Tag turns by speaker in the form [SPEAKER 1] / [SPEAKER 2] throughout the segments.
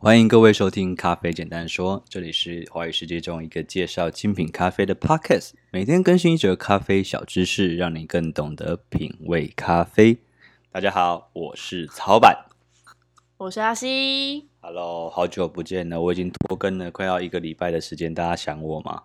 [SPEAKER 1] 欢迎各位收听《咖啡简单说》，这里是华语世界中一个介绍精品咖啡的 podcast，每天更新一则咖啡小知识，让你更懂得品味咖啡。大家好，我是曹板。
[SPEAKER 2] 我是阿西，
[SPEAKER 1] Hello，好久不见了，我已经拖更了快要一个礼拜的时间，大家想我吗？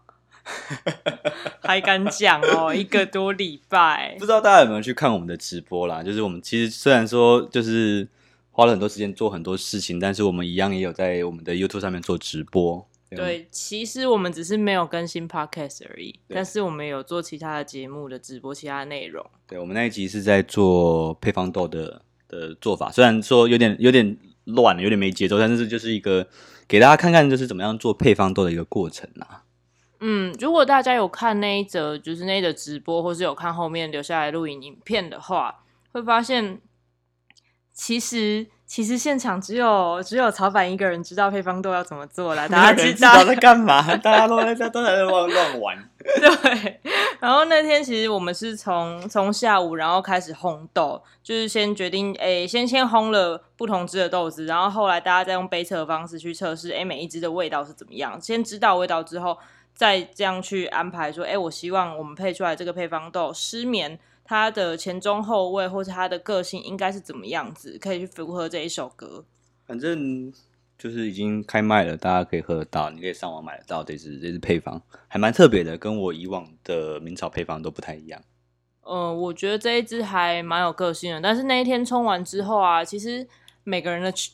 [SPEAKER 2] 还敢讲 哦，一个多礼拜
[SPEAKER 1] 不知道大家有没有去看我们的直播啦？就是我们其实虽然说就是花了很多时间做很多事情，但是我们一样也有在我们的 YouTube 上面做直播。
[SPEAKER 2] 对，其实我们只是没有更新 podcast 而已，
[SPEAKER 1] 对
[SPEAKER 2] 但是我们有做其他的节目的直播，其他的内容。
[SPEAKER 1] 对，我们那一集是在做配方豆的的做法，虽然说有点有点乱，有点没节奏，但是就是一个给大家看看就是怎么样做配方豆的一个过程啊啦。
[SPEAKER 2] 嗯，如果大家有看那一则，就是那一则直播，或是有看后面留下来录影影片的话，会发现，其实其实现场只有只有曹凡一个人知道配方豆要怎么做啦，大家
[SPEAKER 1] 没有人
[SPEAKER 2] 知
[SPEAKER 1] 知
[SPEAKER 2] 道
[SPEAKER 1] 道在干嘛，大家都在大家都在乱乱玩。
[SPEAKER 2] 对，然后那天其实我们是从从下午，然后开始烘豆，就是先决定，诶，先先烘了不同支的豆子，然后后来大家再用杯测的方式去测试，诶，每一支的味道是怎么样，先知道味道之后，再这样去安排说，诶，我希望我们配出来这个配方豆失眠。它的前中后味，或是它的个性应该是怎么样子，可以去符合这一首歌。
[SPEAKER 1] 反正就是已经开卖了，大家可以喝得到，你可以上网买得到这支这支配方，还蛮特别的，跟我以往的明朝配方都不太一样。
[SPEAKER 2] 呃，我觉得这一支还蛮有个性的，但是那一天冲完之后啊，其实每个人的去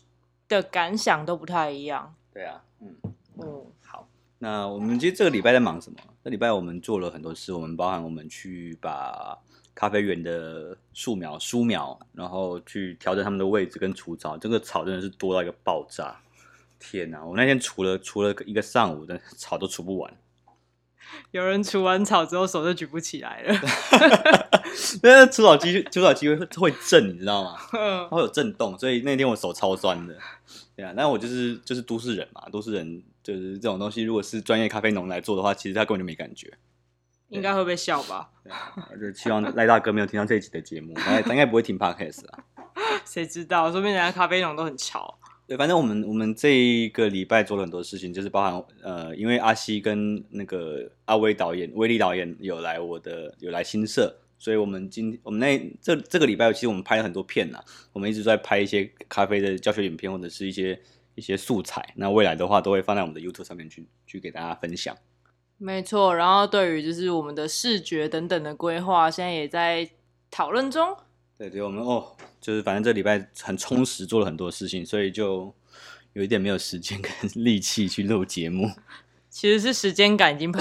[SPEAKER 2] 的感想都不太一样。
[SPEAKER 1] 对啊，嗯，
[SPEAKER 2] 嗯，好，
[SPEAKER 1] 那我们其实这个礼拜在忙什么？这礼拜我们做了很多事，我们包含我们去把咖啡园的树苗、疏苗，然后去调整它们的位置跟除草，这个草真的是多到一个爆炸。天哪！我那天除了除了一个上午的草都除不完，
[SPEAKER 2] 有人除完草之后手就举不起来
[SPEAKER 1] 那除草机除草机会会震，你知道吗？
[SPEAKER 2] 了。
[SPEAKER 1] 它会有震动，所以那天我手超酸的。对啊，那我就是就是都市人嘛，都市人就是这种东西，如果是专业咖啡农来做的话，其实他根本就没感觉。
[SPEAKER 2] 应该会被笑吧？
[SPEAKER 1] 对啊，就希望赖大哥没有听到这一集的节目，他他应该不会听 podcast 啊。
[SPEAKER 2] 谁知道？说不定人家咖啡农都很潮。
[SPEAKER 1] 对，反正我们我们这一个礼拜做了很多事情，就是包含呃，因为阿西跟那个阿威导演、威力导演有来我的有来新社，所以我们今我们那这这个礼拜其实我们拍了很多片啦，我们一直在拍一些咖啡的教学影片或者是一些一些素材，那未来的话都会放在我们的 YouTube 上面去去给大家分享。
[SPEAKER 2] 没错，然后对于就是我们的视觉等等的规划，现在也在讨论中。
[SPEAKER 1] 对对，我们哦，就是反正这礼拜很充实，做了很多事情，所以就有一点没有时间 跟力气去录节目。
[SPEAKER 2] 其实是时间感已经跑，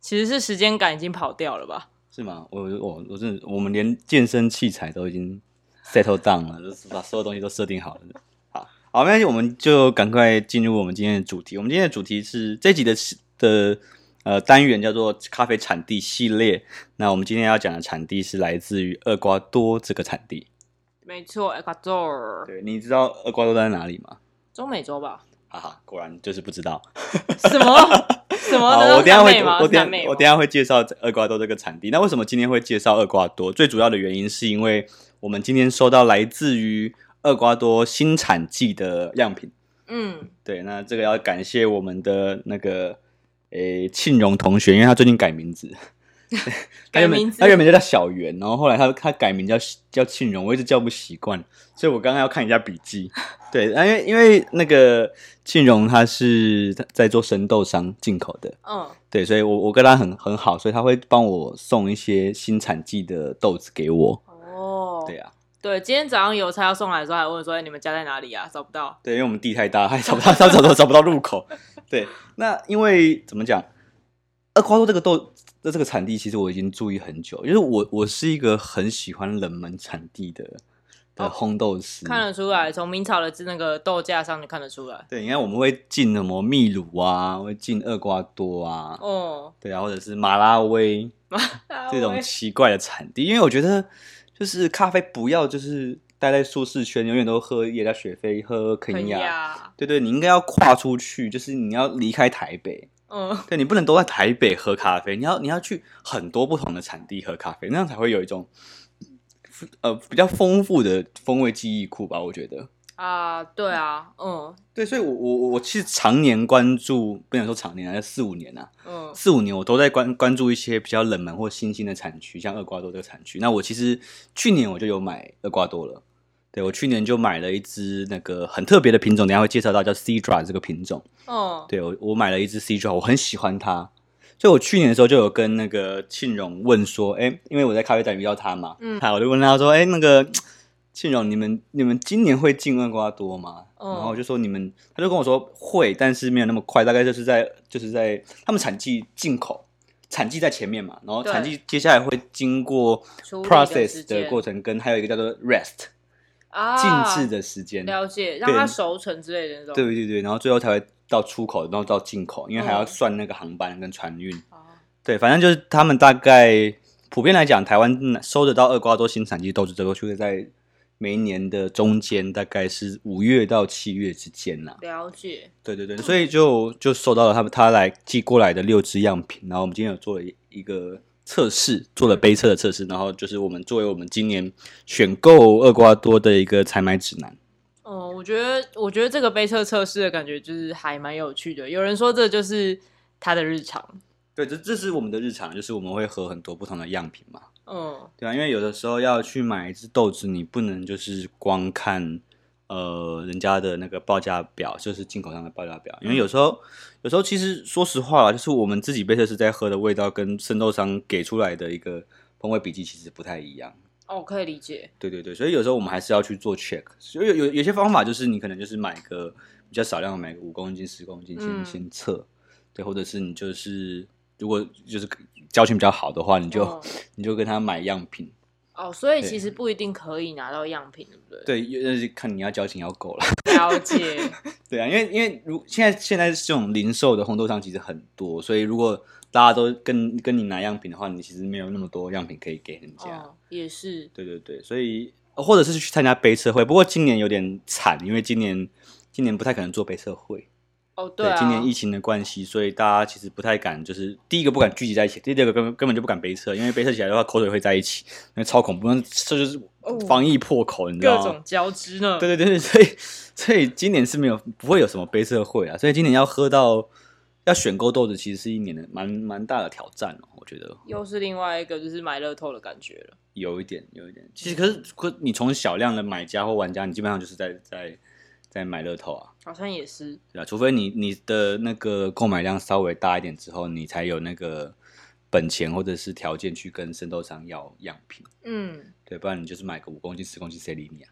[SPEAKER 2] 其实是时间感已经跑掉了吧？
[SPEAKER 1] 是吗？我我我真的，我们连健身器材都已经 settle down 了，就是把所有东西都设定好了。好，好，没关系，我们就赶快进入我们今天的主题。我们今天的主题是这集的的呃单元叫做咖啡产地系列。那我们今天要讲的产地是来自于厄瓜多这个产地。
[SPEAKER 2] 没错，Ecuador，
[SPEAKER 1] 对，你知道厄瓜多在哪里吗？
[SPEAKER 2] 中美洲吧？
[SPEAKER 1] 哈哈，果然就是不知道。
[SPEAKER 2] 什么？ 什么？
[SPEAKER 1] 好，
[SPEAKER 2] 难道
[SPEAKER 1] 我等一下
[SPEAKER 2] 是南美
[SPEAKER 1] 会，
[SPEAKER 2] 吗
[SPEAKER 1] 我我
[SPEAKER 2] 是南
[SPEAKER 1] 等一
[SPEAKER 2] 美
[SPEAKER 1] 下
[SPEAKER 2] 吗
[SPEAKER 1] 我等一下会介绍厄瓜多这个产地。那为什么今天会介绍厄瓜多？最主要的原因是因为我们今天收到来自于厄瓜多新产季的样品。
[SPEAKER 2] 嗯，
[SPEAKER 1] 对，那这个要感谢我们的那个诶庆荣同学，因为他最近改名字，他
[SPEAKER 2] 改
[SPEAKER 1] 原本
[SPEAKER 2] 名字
[SPEAKER 1] 他原本就叫小圆，然后后来他他改名叫叫庆荣，我一直叫不习惯，所以我刚刚要看一下笔记。对，那因为因为那个庆荣他是在做生豆商进口的。
[SPEAKER 2] 嗯，
[SPEAKER 1] 对，所以我我跟他很很好，所以他会帮我送一些新产季的豆子给我。
[SPEAKER 2] 哦，
[SPEAKER 1] 对啊，
[SPEAKER 2] 对今天早上邮差要送来的时候，还问说：“哎，你们家在哪里啊？找不到。
[SPEAKER 1] 对，因为我们地太大，还找不到，找找找找不到入 口。对，那因为怎么讲，厄瓜多这个豆的这个产地，其实我已经注意很久，因为我我是一个很喜欢冷门产地的的
[SPEAKER 2] 哦
[SPEAKER 1] 烘豆师。”
[SPEAKER 2] 看得出来，从明朝的那个豆架上就看得出来。
[SPEAKER 1] 对，你看我们会进什么秘鲁啊，会进厄瓜多啊，
[SPEAKER 2] 哦，
[SPEAKER 1] 对啊，或者是马拉维，这种奇怪的产地，因为我觉得就是咖啡不要就是待在舒适圈，永远都喝耶加雪菲、喝肯
[SPEAKER 2] 肯
[SPEAKER 1] 亚。
[SPEAKER 2] 亚，
[SPEAKER 1] 对对，你应该要跨出去，就是你要离开台北，
[SPEAKER 2] 嗯，
[SPEAKER 1] 对你不能都在台北喝咖啡，你要你要去很多不同的产地喝咖啡，那样才会有一种呃比较丰富的风味记忆库吧，我觉得。
[SPEAKER 2] 啊，对啊，嗯
[SPEAKER 1] 对，所以我我我我其实常年关注，不能说常年啊，四五年啊，
[SPEAKER 2] 嗯
[SPEAKER 1] 四五年我都在关关注一些比较冷门或新兴的产区，像厄瓜多这个产区。那我其实去年我就有买厄瓜多了，对我去年就买了一只那个很特别的品种，等一下会介绍到叫 Cedra 这个品种。
[SPEAKER 2] 嗯，
[SPEAKER 1] 对我，我买了一只 C 九，我很喜欢它，所以我去年的时候就有跟那个庆荣问说，哎，因为我在咖啡展遇到他嘛，
[SPEAKER 2] 嗯
[SPEAKER 1] 他我就问他说，哎，那个庆荣，你们你们今年会进厄瓜多吗？
[SPEAKER 2] 嗯
[SPEAKER 1] 然后我就说你们，他就跟我说会，但是没有那么快，大概就是在就是在他们产季进口。产季在前面嘛，然后
[SPEAKER 2] 对
[SPEAKER 1] 产季接下来会经过
[SPEAKER 2] 处理的时
[SPEAKER 1] process
[SPEAKER 2] 间
[SPEAKER 1] 的过程，跟还有一个叫做 rest
[SPEAKER 2] 啊，
[SPEAKER 1] 静置的时间，
[SPEAKER 2] 了解，让它熟成之类的那种，
[SPEAKER 1] 对对对，然后最后才会到出口，然后到进口，因为还要
[SPEAKER 2] 嗯
[SPEAKER 1] 算那个航班跟船运。
[SPEAKER 2] 啊，
[SPEAKER 1] 对，反正就是他们大概普遍来讲，台湾收得到厄瓜多新产季豆子，这个就是在每一年的中间，大概是五月到七月之间啦、
[SPEAKER 2] 了解，
[SPEAKER 1] 对对对，所以就就收到了他们他来寄过来的六支样品，然后我们今天有做了一一个测试，做了杯测的测试，然后就是我们作为我们今年选购厄瓜多的一个采买指南。
[SPEAKER 2] 嗯，我觉得我觉得这个杯测测试的感觉就是还蛮有趣的，有人说这就是他的日常，
[SPEAKER 1] 对，这这是我们的日常，就是我们会合很多不同的样品嘛。
[SPEAKER 2] 嗯
[SPEAKER 1] 对啊，因为有的时候要去买一只豆子，你不能就是光看呃人家的那个报价表，就是进口商的报价表，因为有时候有时候其实说实话啦，就是我们自己贝特斯在喝的味道跟圣豆商给出来的一个风味笔记其实不太一样。
[SPEAKER 2] 哦，可以理解，
[SPEAKER 1] 对对对，所以有时候我们还是要去做 check，所以有有有些方法就是你可能就是买个比较少量的，买个五公斤、十公斤先、
[SPEAKER 2] 嗯
[SPEAKER 1] 先测，对，或者是你就是如果就是交情比较好的话，你就、
[SPEAKER 2] 嗯
[SPEAKER 1] 你就跟他买样品，
[SPEAKER 2] 哦，所以
[SPEAKER 1] 对
[SPEAKER 2] 其实不一定可以拿到样品，对不对？
[SPEAKER 1] 对，那是看你要交情要够了。
[SPEAKER 2] 了解，
[SPEAKER 1] 对啊，因为因为如现在现在这种零售的烘豆商其实很多，所以如果大家都跟跟你拿样品的话，你其实没有那么多样品可以给人家。
[SPEAKER 2] 哦，也是，
[SPEAKER 1] 对对对，所以呃或者是去参加杯测会，不过今年有点惨，因为今年今年不太可能做杯测会。
[SPEAKER 2] 哦，啊，
[SPEAKER 1] 今年疫情的关系，所以大家其实不太敢，就是第一个不敢聚集在一起，第二个根本根本就不敢杯测，因为杯测起来的话口水会在一起，那超恐怖，那这就是
[SPEAKER 2] 哦
[SPEAKER 1] 防疫破口，你知道
[SPEAKER 2] 各
[SPEAKER 1] 吗？
[SPEAKER 2] 种交织 呢，
[SPEAKER 1] 对对对，所以所以今年是没有不会有什么杯测会啊，所以今年要喝到要选购豆子，其实是一年的蛮蛮大的挑战哦，我觉得
[SPEAKER 2] 又是另外一个就是买乐透的感觉了。
[SPEAKER 1] 有一点有一点。其实可是可你从小量的买家或玩家，你基本上就是在在在买乐透啊，
[SPEAKER 2] 好像也是，
[SPEAKER 1] 对啊，除非你你的那个购买量稍微大一点之后，你才有那个本钱或者是条件去跟生豆商要样品，
[SPEAKER 2] 嗯，
[SPEAKER 1] 对，不然你就是买个五公斤十公斤，谁理你啊？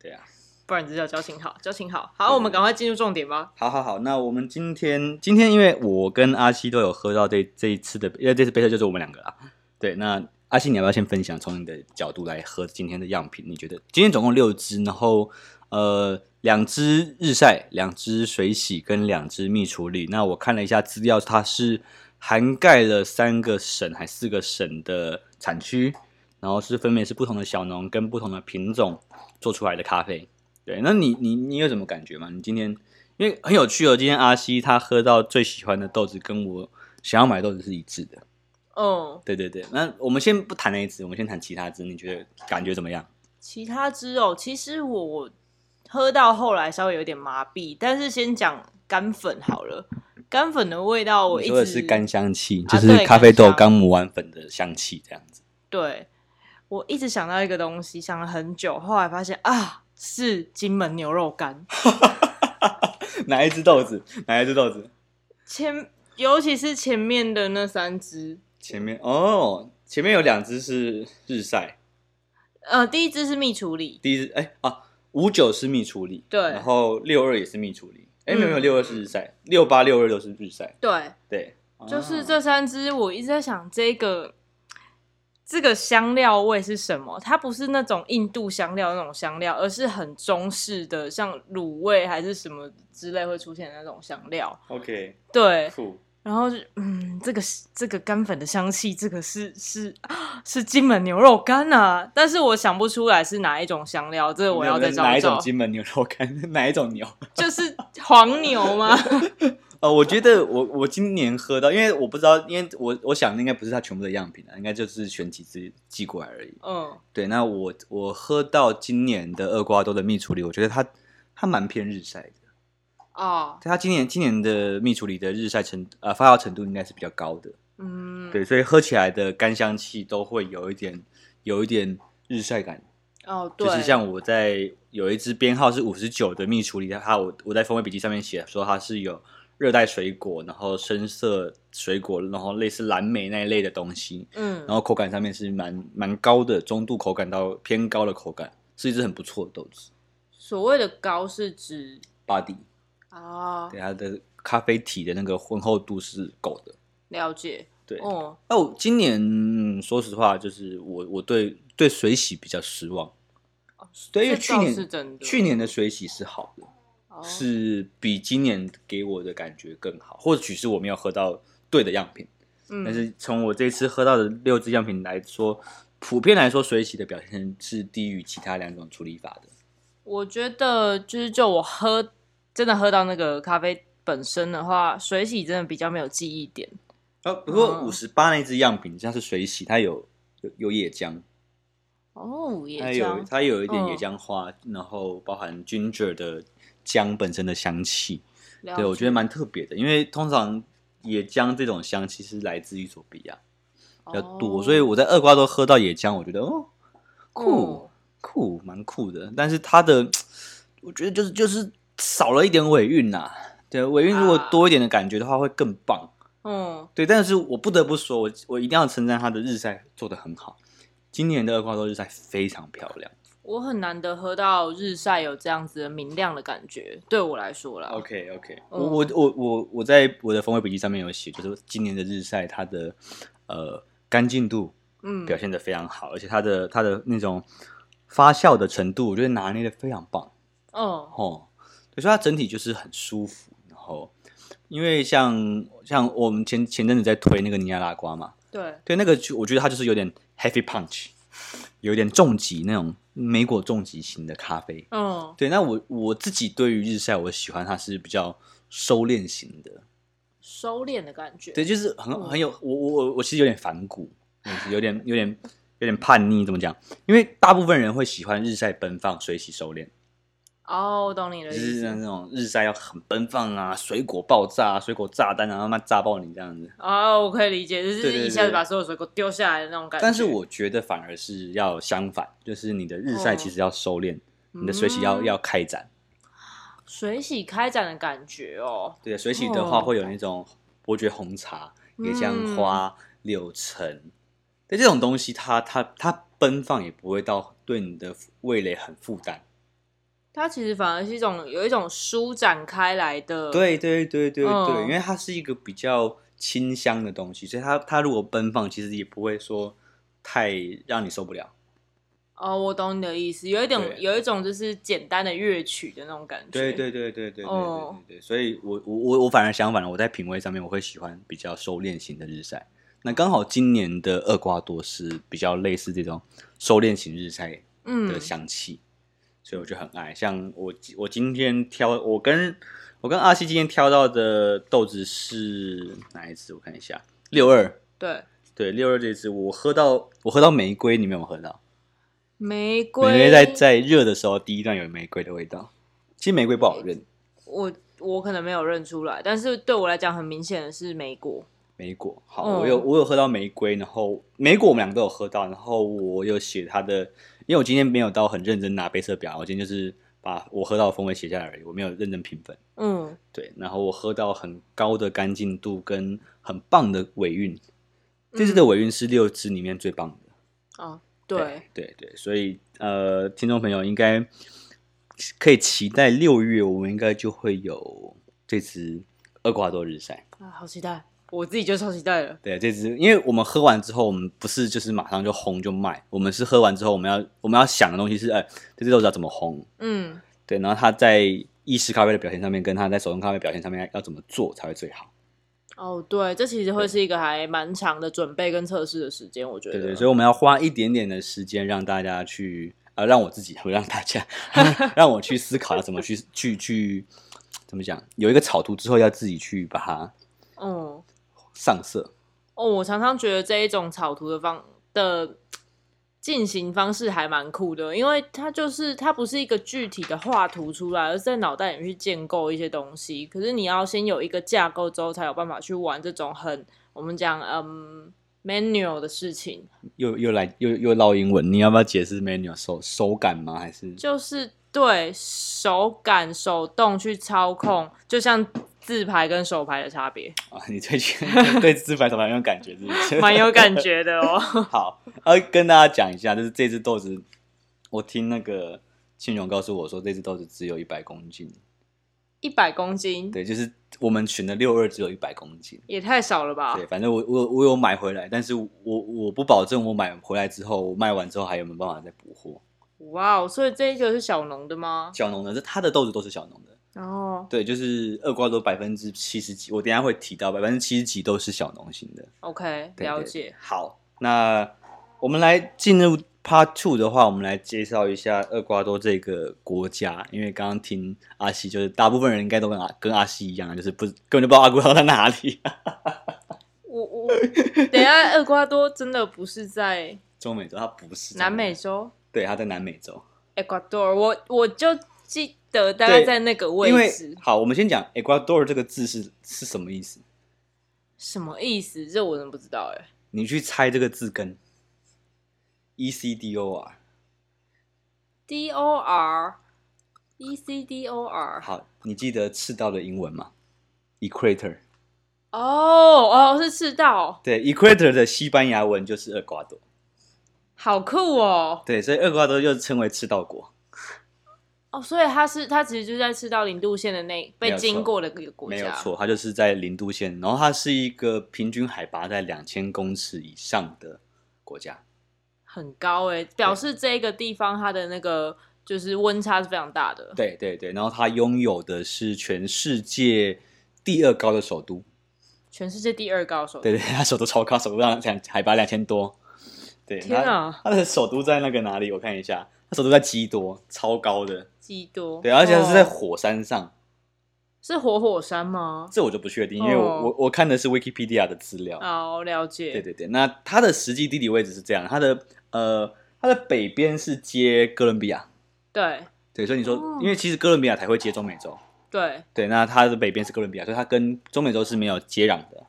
[SPEAKER 1] 对啊。
[SPEAKER 2] 不然这叫交情好，交情好。
[SPEAKER 1] 对
[SPEAKER 2] 好，我们赶快进入重点吧。
[SPEAKER 1] 好好好，那我们今天今天因为我跟阿西都有喝到这这一次的，因为这次杯测就是我们两个啦。对，那阿西你要不要先分享从你的角度来喝今天的样品？你觉得今天总共六支，然后呃两支日晒，两支水洗跟两支蜜处理。那我看了一下资料，它是涵盖了三个省还四个省的产区，然后是分别是不同的小农跟不同的品种做出来的咖啡。对，那你你你有什么感觉吗？你今天因为很有趣哦，今天阿西他喝到最喜欢的豆子跟我想要买的豆子是一致的。
[SPEAKER 2] 嗯，
[SPEAKER 1] 对对对，那我们先不谈那一只，我们先谈其他只，你觉得感觉怎么样？
[SPEAKER 2] 其他之哦，其实我喝到后来稍微有点麻痹，但是先讲干粉好了。干粉的味道我
[SPEAKER 1] 你
[SPEAKER 2] 一
[SPEAKER 1] 说的
[SPEAKER 2] 直
[SPEAKER 1] 是干香气，
[SPEAKER 2] 啊
[SPEAKER 1] 就是咖啡豆
[SPEAKER 2] 对干香
[SPEAKER 1] 刚磨完粉的香气这样子。
[SPEAKER 2] 对，我一直想到一个东西，想了很久，后来发现啊，是金门牛肉干。
[SPEAKER 1] 哪一只豆子？哪一只豆子？
[SPEAKER 2] 前尤其是前面的那三只，
[SPEAKER 1] 前面哦，前面有两只是日晒，
[SPEAKER 2] 呃，第一只是蜜处理，
[SPEAKER 1] 第一只哎啊，五九是蜜处理，
[SPEAKER 2] 对
[SPEAKER 1] 然后六二也是蜜处理，哎、
[SPEAKER 2] 嗯
[SPEAKER 1] 没有没有，六二是日晒，六八六二都是日晒，
[SPEAKER 2] 对，
[SPEAKER 1] 对，
[SPEAKER 2] 就是
[SPEAKER 1] 啊
[SPEAKER 2] 这三支，我一直在想这个这个香料味是什么？它不是那种印度香料那种香料，而是很中式的，像卤味还是什么之类会出现的那种香料。
[SPEAKER 1] OK
[SPEAKER 2] 对，
[SPEAKER 1] 酷，
[SPEAKER 2] 然后就嗯，这个是这个干粉的香气，这个是是啊是金门牛肉干啊，但是我想不出来是哪一种香料，这个我要再 找
[SPEAKER 1] 哪一种
[SPEAKER 2] 找，
[SPEAKER 1] 金门牛肉干，哪一种牛？
[SPEAKER 2] 就是黄牛吗？
[SPEAKER 1] 呃，我觉得我我今年喝到，因为我不知道，因为我我想应该不是它全部的样品啊，应该就是选几支寄过来而已。
[SPEAKER 2] 嗯，
[SPEAKER 1] 对，那我我喝到今年的厄瓜多的蜜处理，我觉得它它蛮偏日晒的。
[SPEAKER 2] 哦，
[SPEAKER 1] 它今年今年的蜜处理的日晒程呃发酵程度应该是比较高的，
[SPEAKER 2] 嗯，
[SPEAKER 1] 对，所以喝起来的干香气都会有一点有一点日晒感，
[SPEAKER 2] 哦，对，
[SPEAKER 1] 就是像我在有一支编号是五十九的蜜处理，它我我在风味笔记上面写说它是有热带水果，然后深色水果，然后类似蓝莓那一类的东西，
[SPEAKER 2] 嗯，
[SPEAKER 1] 然后口感上面是蛮蛮高的，中度口感到偏高的口感，是一支很不错的豆子。
[SPEAKER 2] 所谓的高是指
[SPEAKER 1] 巴迪
[SPEAKER 2] 啊，
[SPEAKER 1] 对它的咖啡体的那个浑厚度是够的。
[SPEAKER 2] 了解，
[SPEAKER 1] 对，
[SPEAKER 2] 哦，
[SPEAKER 1] 那我今年、嗯说实话，就是我我对对水洗比较失望。对，因为
[SPEAKER 2] 哦这
[SPEAKER 1] 去
[SPEAKER 2] 倒是
[SPEAKER 1] 年
[SPEAKER 2] 真的，
[SPEAKER 1] 去年的水洗是好的，
[SPEAKER 2] 哦
[SPEAKER 1] 是比今年给我的感觉更好，或许是我没有喝到对的样品，
[SPEAKER 2] 嗯，
[SPEAKER 1] 但是从我这次喝到的六支样品来说，普遍来说水洗的表现是低于其他两种处理法的。
[SPEAKER 2] 我觉得就是就我喝真的喝到那个咖啡本身的话，水洗真的比较没有记忆点。
[SPEAKER 1] 呃、不过
[SPEAKER 2] 哦
[SPEAKER 1] 五十八那支样品像是水洗，它有有有野姜，
[SPEAKER 2] 哦，也
[SPEAKER 1] 它
[SPEAKER 2] 这
[SPEAKER 1] 哎有
[SPEAKER 2] 样，
[SPEAKER 1] 它有一点
[SPEAKER 2] 嗯
[SPEAKER 1] 野姜花，然后包含 ginger 的姜本身的香气，
[SPEAKER 2] 了
[SPEAKER 1] 对我
[SPEAKER 2] 解
[SPEAKER 1] 觉得蛮特别的，因为通常野姜这种香气是来自于佐比亚。比较多，
[SPEAKER 2] 哦
[SPEAKER 1] 所以我在厄瓜多喝到野姜，我觉得哦，酷
[SPEAKER 2] 哦
[SPEAKER 1] 酷蛮酷的。但是它的，我觉得就是就是少了一点尾韵呐、对，尾韵如果
[SPEAKER 2] 啊
[SPEAKER 1] 多一点的感觉的话，会更棒。
[SPEAKER 2] 嗯，
[SPEAKER 1] 对，但是我不得不说，我我一定要称赞它的日晒做得很好。今年的厄瓜多日晒非常漂亮。
[SPEAKER 2] 我很难得喝到日晒有这样子的明亮的感觉，对我来说啦。
[SPEAKER 1] OK OK，我
[SPEAKER 2] 嗯
[SPEAKER 1] 我我我我在我的风味笔记上面有写，就是今年的日晒它的呃干净度
[SPEAKER 2] 嗯，
[SPEAKER 1] 表现得非常好，而且它的它的那种发酵的程度，我觉得拿捏得非常棒
[SPEAKER 2] 嗯
[SPEAKER 1] 哦。所以说它整体就是很舒服，然后因为像像我们前前阵子在推那个尼亚拉瓜嘛，
[SPEAKER 2] 对，
[SPEAKER 1] 对那个就我觉得它就是有点 heavy punch，有点重疾那种莓果重疾型的咖啡。
[SPEAKER 2] 嗯
[SPEAKER 1] 对，那我我自己对于日晒，我喜欢它是比较收敛型的，
[SPEAKER 2] 收敛的感觉。
[SPEAKER 1] 对，就是很
[SPEAKER 2] 嗯
[SPEAKER 1] 很有我我我我其实有点反骨，就是有点有点有点叛逆，怎么讲？因为大部分人会喜欢日晒奔放、水洗收敛，
[SPEAKER 2] 哦，我懂你的
[SPEAKER 1] 就
[SPEAKER 2] 意
[SPEAKER 1] 是像
[SPEAKER 2] 思。
[SPEAKER 1] 那种日晒要很奔放啊，水果爆炸、啊、水果炸弹啊，然后慢炸爆你这样子。
[SPEAKER 2] 哦，我可以理解，就
[SPEAKER 1] 对对
[SPEAKER 2] 是
[SPEAKER 1] 对
[SPEAKER 2] 一下子把所有水果丢下来的那种感觉。
[SPEAKER 1] 但是我觉得反而是要相反，就是你的日晒
[SPEAKER 2] 哦
[SPEAKER 1] 其实要收敛，你的水洗要、
[SPEAKER 2] 嗯
[SPEAKER 1] 要开展。
[SPEAKER 2] 水洗开展的感觉哦，
[SPEAKER 1] 对，水洗的话
[SPEAKER 2] 哦嗯
[SPEAKER 1] 会有那种伯爵红茶、野姜花、柳橙，对这种东西它，它它奔放也不会到对你的味蕾很负担。
[SPEAKER 2] 它其实反而是一种有一种舒展开来的。
[SPEAKER 1] 对对对对对，
[SPEAKER 2] 嗯
[SPEAKER 1] 因为它是一个比较清香的东西，所以它它如果奔放，其实也不会说太让你受不了。
[SPEAKER 2] 哦，我懂你的意思，有一种
[SPEAKER 1] 对
[SPEAKER 2] 有一种就是简单的乐曲的那种感觉。
[SPEAKER 1] 对对对对对对对对
[SPEAKER 2] 哦
[SPEAKER 1] 对，所以我我我我反而相反了，我在品味上面我会喜欢比较收敛型的日晒。那刚好今年的厄瓜多是比较类似这种收敛型日晒
[SPEAKER 2] 嗯
[SPEAKER 1] 的香气，所以我就很爱。像我我今天挑，我跟我跟阿西今天挑到的豆子是哪一支？我看一下，六二，
[SPEAKER 2] 对，
[SPEAKER 1] 对，六二这支我喝到我喝到玫瑰，你没有喝到？
[SPEAKER 2] 玫
[SPEAKER 1] 玫
[SPEAKER 2] 瑰。
[SPEAKER 1] 瑰在在热的时候，第一段有玫瑰的味道。其实玫瑰不好认，
[SPEAKER 2] 我我可能没有认出来，但是对我来讲很明显的是梅果。
[SPEAKER 1] 莓果。好，
[SPEAKER 2] 嗯
[SPEAKER 1] 我有我有喝到玫瑰，然后莓果我们两个都有喝到，然后我有写它的，因为我今天没有到很认真拿杯测表，我今天就是把我喝到的风味写下来而已，我没有认真评分。
[SPEAKER 2] 嗯，
[SPEAKER 1] 对，然后我喝到很高的干净度跟很棒的尾韵，这支的尾韵是六支里面最棒的。
[SPEAKER 2] 哦，对，
[SPEAKER 1] 对对，所以呃，听众朋友应该可以期待六月，我们应该就会有这支厄瓜多日晒。
[SPEAKER 2] 啊，好期待，我自己就超期待了。
[SPEAKER 1] 对，这支因为我们喝完之后，我们不是就是马上就烘就卖，我们是喝完之后，我们要我们要想的东西是，哎、这支豆子要怎么烘？
[SPEAKER 2] 嗯，
[SPEAKER 1] 对，然后它在意式咖啡的表现上面，跟它在手工咖啡表现上面要怎么做才会最好？
[SPEAKER 2] 哦，对，这其实会是一个还蛮长的准备跟测试的时间，我觉得。
[SPEAKER 1] 对对，所以我们要花一点点的时间让大家 去，呃，让我自己，不让大家，让我去思考要怎么去去去怎么讲，有一个草图之后，要自己去把它
[SPEAKER 2] 嗯，
[SPEAKER 1] 上色。
[SPEAKER 2] 哦，我常常觉得这一种草图的方的进行方式还蛮酷的，因为它就是它不是一个具体的画图出来，而是在脑袋里面去建构一些东西。可是你要先有一个架构之后，才有办法去玩这种很我们讲嗯 manual 的事情。
[SPEAKER 1] 又又来又又唠英文，你要不要解释 menu 手手感吗？还是
[SPEAKER 2] 就是对手感、手动去操控，就像自排跟手排的差别，
[SPEAKER 1] 啊， 你最近 对自白头蛮有感觉，是不是？
[SPEAKER 2] 蛮有感觉的哦。
[SPEAKER 1] 好，呃，跟大家讲一下，就是这只豆子，我听那个庆荣告诉我说，这只豆子只有一百公斤，
[SPEAKER 2] 一百公斤
[SPEAKER 1] 对，就是我们群的六二只有一百公斤。
[SPEAKER 2] 也太少了吧
[SPEAKER 1] 对，？反正我我我有买回来，但是我我不保证我买回来之后，我卖完之后还有没有办法再补货。
[SPEAKER 2] 哇哦！所以这一个是小农的吗？
[SPEAKER 1] 小农的，这它的豆子都是小农的，
[SPEAKER 2] 然后
[SPEAKER 1] 对，就是厄瓜多百分之七十几，我等一下会提到百分之七十几都是小农型的。
[SPEAKER 2] OK，
[SPEAKER 1] 对
[SPEAKER 2] 了
[SPEAKER 1] 对
[SPEAKER 2] 解。
[SPEAKER 1] 好，那我们来进入 Part Two 的话，我们来介绍一下厄瓜多这个国家，因为刚刚听阿西，就是大部分人应该都跟阿跟阿西一样，啊就是不根本就不知道阿瓜多在哪里。啊
[SPEAKER 2] 我我等一下，厄瓜多真的不是在
[SPEAKER 1] 中美洲，它不是中
[SPEAKER 2] 南 美，洲
[SPEAKER 1] 对，它在南美洲。
[SPEAKER 2] ，Ecuador，我我就记得大概
[SPEAKER 1] 对
[SPEAKER 2] 在那个
[SPEAKER 1] 因为
[SPEAKER 2] 位置。
[SPEAKER 1] 好，我们先讲 Ecuador 这个字是是什么意思？
[SPEAKER 2] 什么意思？这我真的不知道哎、
[SPEAKER 1] 你去猜这个字根，E C D O R。
[SPEAKER 2] D O R E C D O R。
[SPEAKER 1] 好，你记得赤道的英文吗？Equator。
[SPEAKER 2] 哦哦，是赤道，
[SPEAKER 1] 对，Equator 的西班牙文就是厄瓜多。
[SPEAKER 2] 好酷哦！
[SPEAKER 1] 对，所以厄瓜多又称为赤道国。
[SPEAKER 2] 哦，所以它是它其实就在赤道零度线的那
[SPEAKER 1] 没
[SPEAKER 2] 被
[SPEAKER 1] 有错
[SPEAKER 2] 经过的一个国家，
[SPEAKER 1] 没有错，它就是在零度线，然后它是一个平均海拔在两千公尺以上的国家。
[SPEAKER 2] 很高哎，表示这个地方它的那个就是温差是非常大的。
[SPEAKER 1] 对对对，然后它拥有的是全世界第二高的首都。
[SPEAKER 2] 全世界第二高手，
[SPEAKER 1] 对对，它首都超高，首都上两海拔两千多。对，
[SPEAKER 2] 天啊
[SPEAKER 1] 它！它的首都在那个哪里？我看一下，它首都在基多，超高的。
[SPEAKER 2] 基多。
[SPEAKER 1] 对，而且它是在
[SPEAKER 2] 哦
[SPEAKER 1] 火山上，
[SPEAKER 2] 是活火山吗？
[SPEAKER 1] 这我就不确定，因为我、
[SPEAKER 2] 哦
[SPEAKER 1] 我我看的是 Wikipedia 的资料。
[SPEAKER 2] 哦，了解。
[SPEAKER 1] 对对对，那它的实际地理位置是这样，它的呃，它的北边是接哥伦比亚，
[SPEAKER 2] 对
[SPEAKER 1] 对，所以你说，
[SPEAKER 2] 哦
[SPEAKER 1] 因为其实哥伦比亚才会接中美洲，
[SPEAKER 2] 对
[SPEAKER 1] 对，那它的北边是哥伦比亚，所以它跟中美洲是没有接壤的，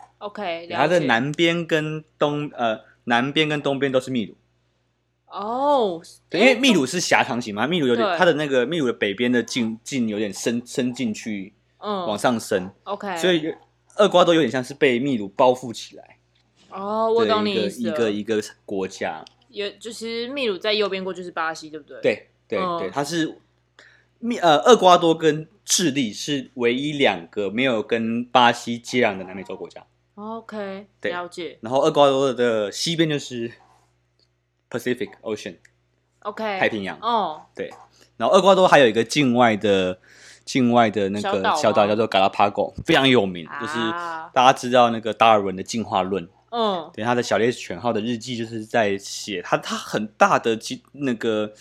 [SPEAKER 1] 对
[SPEAKER 2] ，OK，了解。
[SPEAKER 1] 它的南边跟东呃南边跟东边都是秘鲁，
[SPEAKER 2] 哦，
[SPEAKER 1] 对，因为秘鲁是狭长型嘛，秘鲁有点
[SPEAKER 2] 对
[SPEAKER 1] 它的那个秘鲁的北边的境境有点深深进去往
[SPEAKER 2] 嗯
[SPEAKER 1] 上升，
[SPEAKER 2] ，OK，
[SPEAKER 1] 所以厄瓜多有点像是被秘鲁包覆起来，
[SPEAKER 2] 哦，我
[SPEAKER 1] 的
[SPEAKER 2] 懂你
[SPEAKER 1] 一个
[SPEAKER 2] 意思
[SPEAKER 1] 一
[SPEAKER 2] 了
[SPEAKER 1] 个一个国家，
[SPEAKER 2] 也就其实秘鲁在右边过就是巴西，对不对？，
[SPEAKER 1] 对对
[SPEAKER 2] 嗯
[SPEAKER 1] 对，它是密呃，厄瓜多跟智利是唯一两个没有跟巴西接壤的南美洲国家。
[SPEAKER 2] OK，
[SPEAKER 1] 对
[SPEAKER 2] 了解。
[SPEAKER 1] 然后厄瓜多的西边就是 Pacific Ocean
[SPEAKER 2] OK，
[SPEAKER 1] 太平洋，
[SPEAKER 2] 哦，
[SPEAKER 1] 然后厄瓜多还有一个境外的境外的那
[SPEAKER 2] 小
[SPEAKER 1] 个
[SPEAKER 2] 岛
[SPEAKER 1] 小岛
[SPEAKER 2] 吗
[SPEAKER 1] 叫做 Galapagos，非常有名，就是
[SPEAKER 2] 啊
[SPEAKER 1] 大家知道那个达尔文的进化论。
[SPEAKER 2] 嗯，
[SPEAKER 1] 对，他的小猎犬号的日记就是在写他他很大的其那个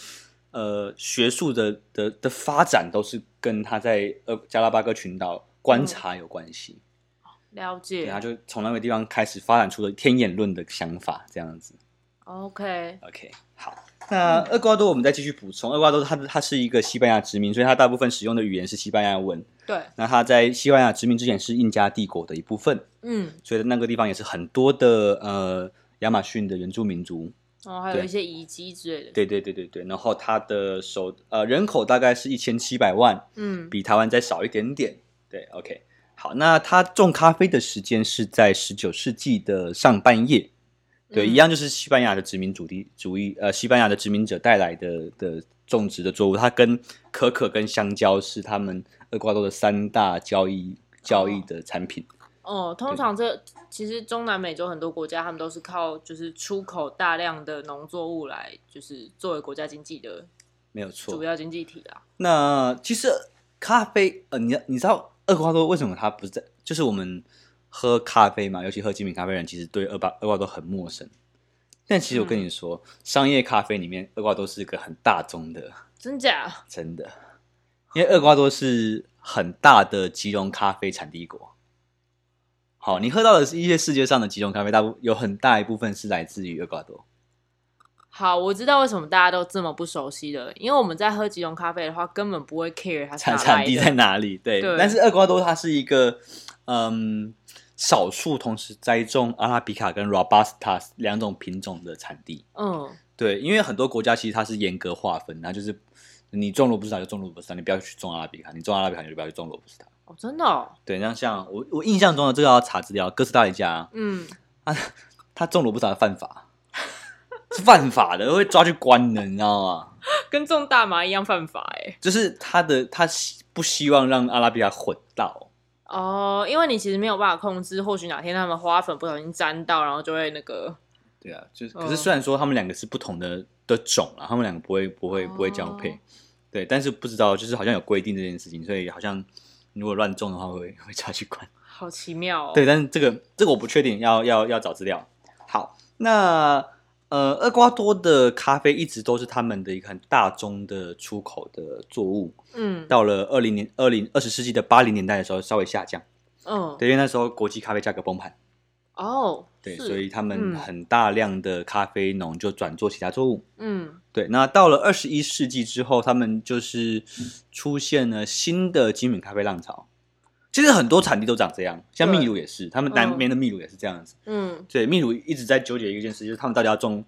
[SPEAKER 1] 呃学术的的的发展都是跟他在呃加拉巴哥群岛观察有关
[SPEAKER 2] 嗯
[SPEAKER 1] 系，
[SPEAKER 2] 了
[SPEAKER 1] 对，他
[SPEAKER 2] 解。
[SPEAKER 1] 就从那个地方开始发展出了天演论的想法，这样子。
[SPEAKER 2] OK，
[SPEAKER 1] OK，好，那厄瓜多我们再继续补充，厄瓜多它它是一个西班牙殖民，所以它大部分使用的语言是西班牙文。
[SPEAKER 2] 对，
[SPEAKER 1] 那它在西班牙殖民之前是印加帝国的一部分，
[SPEAKER 2] 嗯，
[SPEAKER 1] 所以那个地方也是很多的呃亚马逊的原住民族。
[SPEAKER 2] 然后还有
[SPEAKER 1] 对
[SPEAKER 2] 一些遗迹之类的。，
[SPEAKER 1] 对对对对对，然后它的首呃人口大概是一千七百万，
[SPEAKER 2] 嗯，
[SPEAKER 1] 比台湾再少一点点。对，OK，好，那它种咖啡的时间是在十九世纪的上半叶，对，
[SPEAKER 2] 嗯
[SPEAKER 1] 一样就是西班牙的殖民主义主义，呃，西班牙的殖民者带来的的种植的作物，它跟可可跟香蕉是他们厄瓜多的三大交易交易的产品。
[SPEAKER 2] 哦，通常这其实中南美洲很多国家，他们都是靠就是出口大量的农作物来，就是作为国家经济的
[SPEAKER 1] 没有错，
[SPEAKER 2] 主要经济体啦。
[SPEAKER 1] 那其实咖啡，呃，你你知道厄瓜多为什么它不是在？就是我们喝咖啡嘛，尤其喝精品咖啡的人，其实对厄巴厄瓜多很陌生。但其实我跟你说，商业咖啡里面厄瓜多是一个很大宗的，
[SPEAKER 2] 真假？
[SPEAKER 1] 真的，因为厄瓜多是很大的吉隆咖啡产地国。好，你喝到的是一些世界上的吉隆咖啡，大部有很大一部分是来自于厄瓜多。
[SPEAKER 2] 好，我知道为什么大家都这么不熟悉了，因为我们在喝吉隆咖啡的话，根本不会 care 它是
[SPEAKER 1] 产
[SPEAKER 2] 哪来的
[SPEAKER 1] 产地在哪里？对，
[SPEAKER 2] 对
[SPEAKER 1] 但是厄瓜多它是一个嗯，少数同时栽种阿拉比卡跟 robusta 两种品种的产地。
[SPEAKER 2] 嗯，
[SPEAKER 1] 对，因为很多国家其实它是严格划分，然后就是你种罗布斯塔就种罗布斯塔，你不要去种阿拉比卡，你种阿拉比卡你就不要去种罗布斯塔。
[SPEAKER 2] 哦，真的、哦，
[SPEAKER 1] 对，那像我我印象中的这个要查资料，哥斯达黎加、啊、
[SPEAKER 2] 嗯，
[SPEAKER 1] 他种罗布斯塔犯法， 是犯法的，会抓去关的，你知道吗？
[SPEAKER 2] 跟种大麻一样犯法哎。
[SPEAKER 1] 就是他的他希不希望让阿拉比卡混到，
[SPEAKER 2] 哦，因为你其实没有办法控制，或许哪天他们花粉不小心沾到，然后就会那个
[SPEAKER 1] 对啊，就是
[SPEAKER 2] 嗯
[SPEAKER 1] 可是虽然说他们两个是不同的的种啊，他们两个不会不会
[SPEAKER 2] 哦
[SPEAKER 1] 不会交配，对，但是不知道就是好像有规定这件事情，所以好像如果乱种的话会 会抓去关。
[SPEAKER 2] 好奇妙哦。
[SPEAKER 1] 对，，但是这个这个我不确定，要要要找资料。好，那呃，厄瓜多的咖啡一直都是他们的一个很大宗的出口的作物。
[SPEAKER 2] 嗯
[SPEAKER 1] 到了二零年二零二十世纪的八零年代的时候，稍微下降，
[SPEAKER 2] 嗯，
[SPEAKER 1] 对，因为那时候国际咖啡价格崩盘，
[SPEAKER 2] 哦，
[SPEAKER 1] 对，
[SPEAKER 2] 是
[SPEAKER 1] 所以他
[SPEAKER 2] 嗯
[SPEAKER 1] 们很大量的咖啡农就转做其他作物。
[SPEAKER 2] 嗯
[SPEAKER 1] 对，那到了二十一世纪之后，他们就是出现了新的精品咖啡浪潮。其实很多产地都长这样，像秘鲁也是，他们南边的秘鲁也是这样子。
[SPEAKER 2] 嗯，
[SPEAKER 1] 对，秘鲁一直在纠结一件事，就是他们到底要种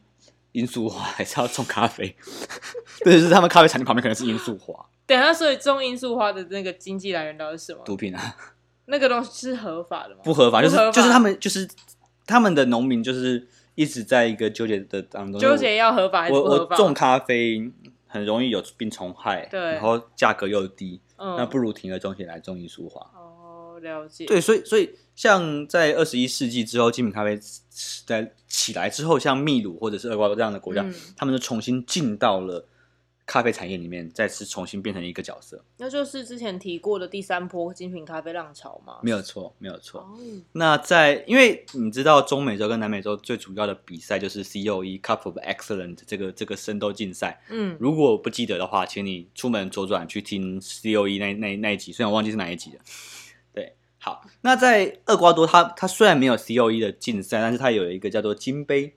[SPEAKER 1] 罂粟花 还是要种咖啡？ 对，就是他们咖啡产地旁边可能是罂粟花，
[SPEAKER 2] 等一下，所以种罂粟花的那个经济来源到底是什么？
[SPEAKER 1] 毒品啊，
[SPEAKER 2] 那个东西是合法的吗？
[SPEAKER 1] 不合法，就是
[SPEAKER 2] 不合法
[SPEAKER 1] 就是他们就是他们的农民就是一直在一个纠结的当中，
[SPEAKER 2] 纠结要合法还是
[SPEAKER 1] 我
[SPEAKER 2] 不合
[SPEAKER 1] 我
[SPEAKER 2] 法？
[SPEAKER 1] 种咖啡很容易有病虫害，
[SPEAKER 2] 对
[SPEAKER 1] 然后价格又低，
[SPEAKER 2] 嗯，
[SPEAKER 1] 那不如停了中起来种罂粟花。
[SPEAKER 2] 哦，了解。
[SPEAKER 1] 对，所以所以像在二十一世纪之后，精品咖啡在起来之后，像秘鲁或者是厄瓜多这样的国家，
[SPEAKER 2] 嗯
[SPEAKER 1] 他们就重新进到了咖啡产业里面，再次重新变成一个角色。
[SPEAKER 2] 那就是之前提过的第三波精品咖啡浪潮嘛。
[SPEAKER 1] 没有错，没有错。
[SPEAKER 2] 哦，
[SPEAKER 1] 那在因为你知道中美洲跟南美洲最主要的比赛就是 COE Cup of Excellence 这个这个圣斗竞赛，
[SPEAKER 2] 嗯，
[SPEAKER 1] 如果不记得的话，请你出门左转去听 C O E 那那那一集，虽然我忘记是哪一集了。对，好，那在厄瓜多它，它虽然没有 C O E 的竞赛，但是它有一个叫做金杯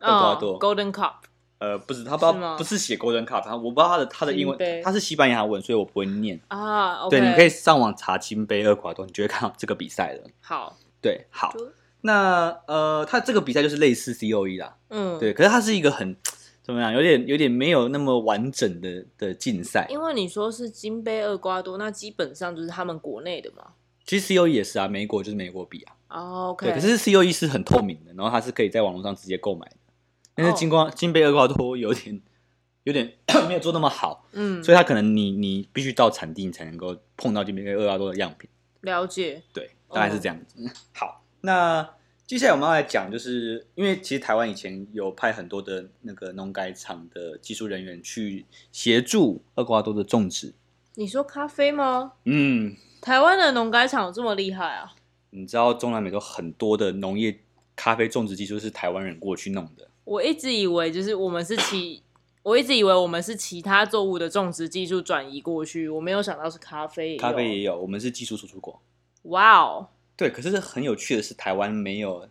[SPEAKER 1] 厄瓜多。
[SPEAKER 2] 哦、Golden Cup，
[SPEAKER 1] 呃，不是，它不知
[SPEAKER 2] 是吗
[SPEAKER 1] 道不是写 Golden Cup，它我不知道它的它的英
[SPEAKER 2] 金杯
[SPEAKER 1] 文，它是西班牙文，所以我不会念。
[SPEAKER 2] 啊，OK，
[SPEAKER 1] 对，你可以上网查金杯厄瓜多，你就会看到这个比赛了。
[SPEAKER 2] 好，
[SPEAKER 1] 对，好
[SPEAKER 2] 就，
[SPEAKER 1] 那呃，它这个比赛就是类似 C O E 啦，
[SPEAKER 2] 嗯，
[SPEAKER 1] 对，，可是它是一个很怎么样，有点有点没有那么完整的的竞赛。
[SPEAKER 2] 因为你说是金杯厄瓜多，那基本上就是他们国内的嘛。
[SPEAKER 1] 其实 COE 也是啊，美国就是美国币啊，
[SPEAKER 2] 哦，OK，
[SPEAKER 1] 对。可是 COE 是很透明的，然后它是可以在网络上直接购买的。但是金光、金杯厄瓜多有点有点 没有做那么好，
[SPEAKER 2] 嗯，
[SPEAKER 1] 所以它可能你你必须到产地你才能够碰到金杯厄瓜多的样品，
[SPEAKER 2] 了解，
[SPEAKER 1] 对，大概是这样子。 好，那接下来我们要来讲，就是因为其实台湾以前有派很多的那个农改场的技术人员去协助厄瓜多的种植，
[SPEAKER 2] 你说咖啡吗？
[SPEAKER 1] 嗯，
[SPEAKER 2] 台湾的农改场有这么厉害啊？
[SPEAKER 1] 你知道中南美洲很多的农业咖啡种植技术是台湾人过去弄的，
[SPEAKER 2] 我一直以为就是我们是其，我一直以为我们是其他作物的种植技术转移过去，我没有想到是咖啡也有。
[SPEAKER 1] 咖啡也有，我们是技术输出国。
[SPEAKER 2] 哇哦，
[SPEAKER 1] 对，可是很有趣的是，台湾没有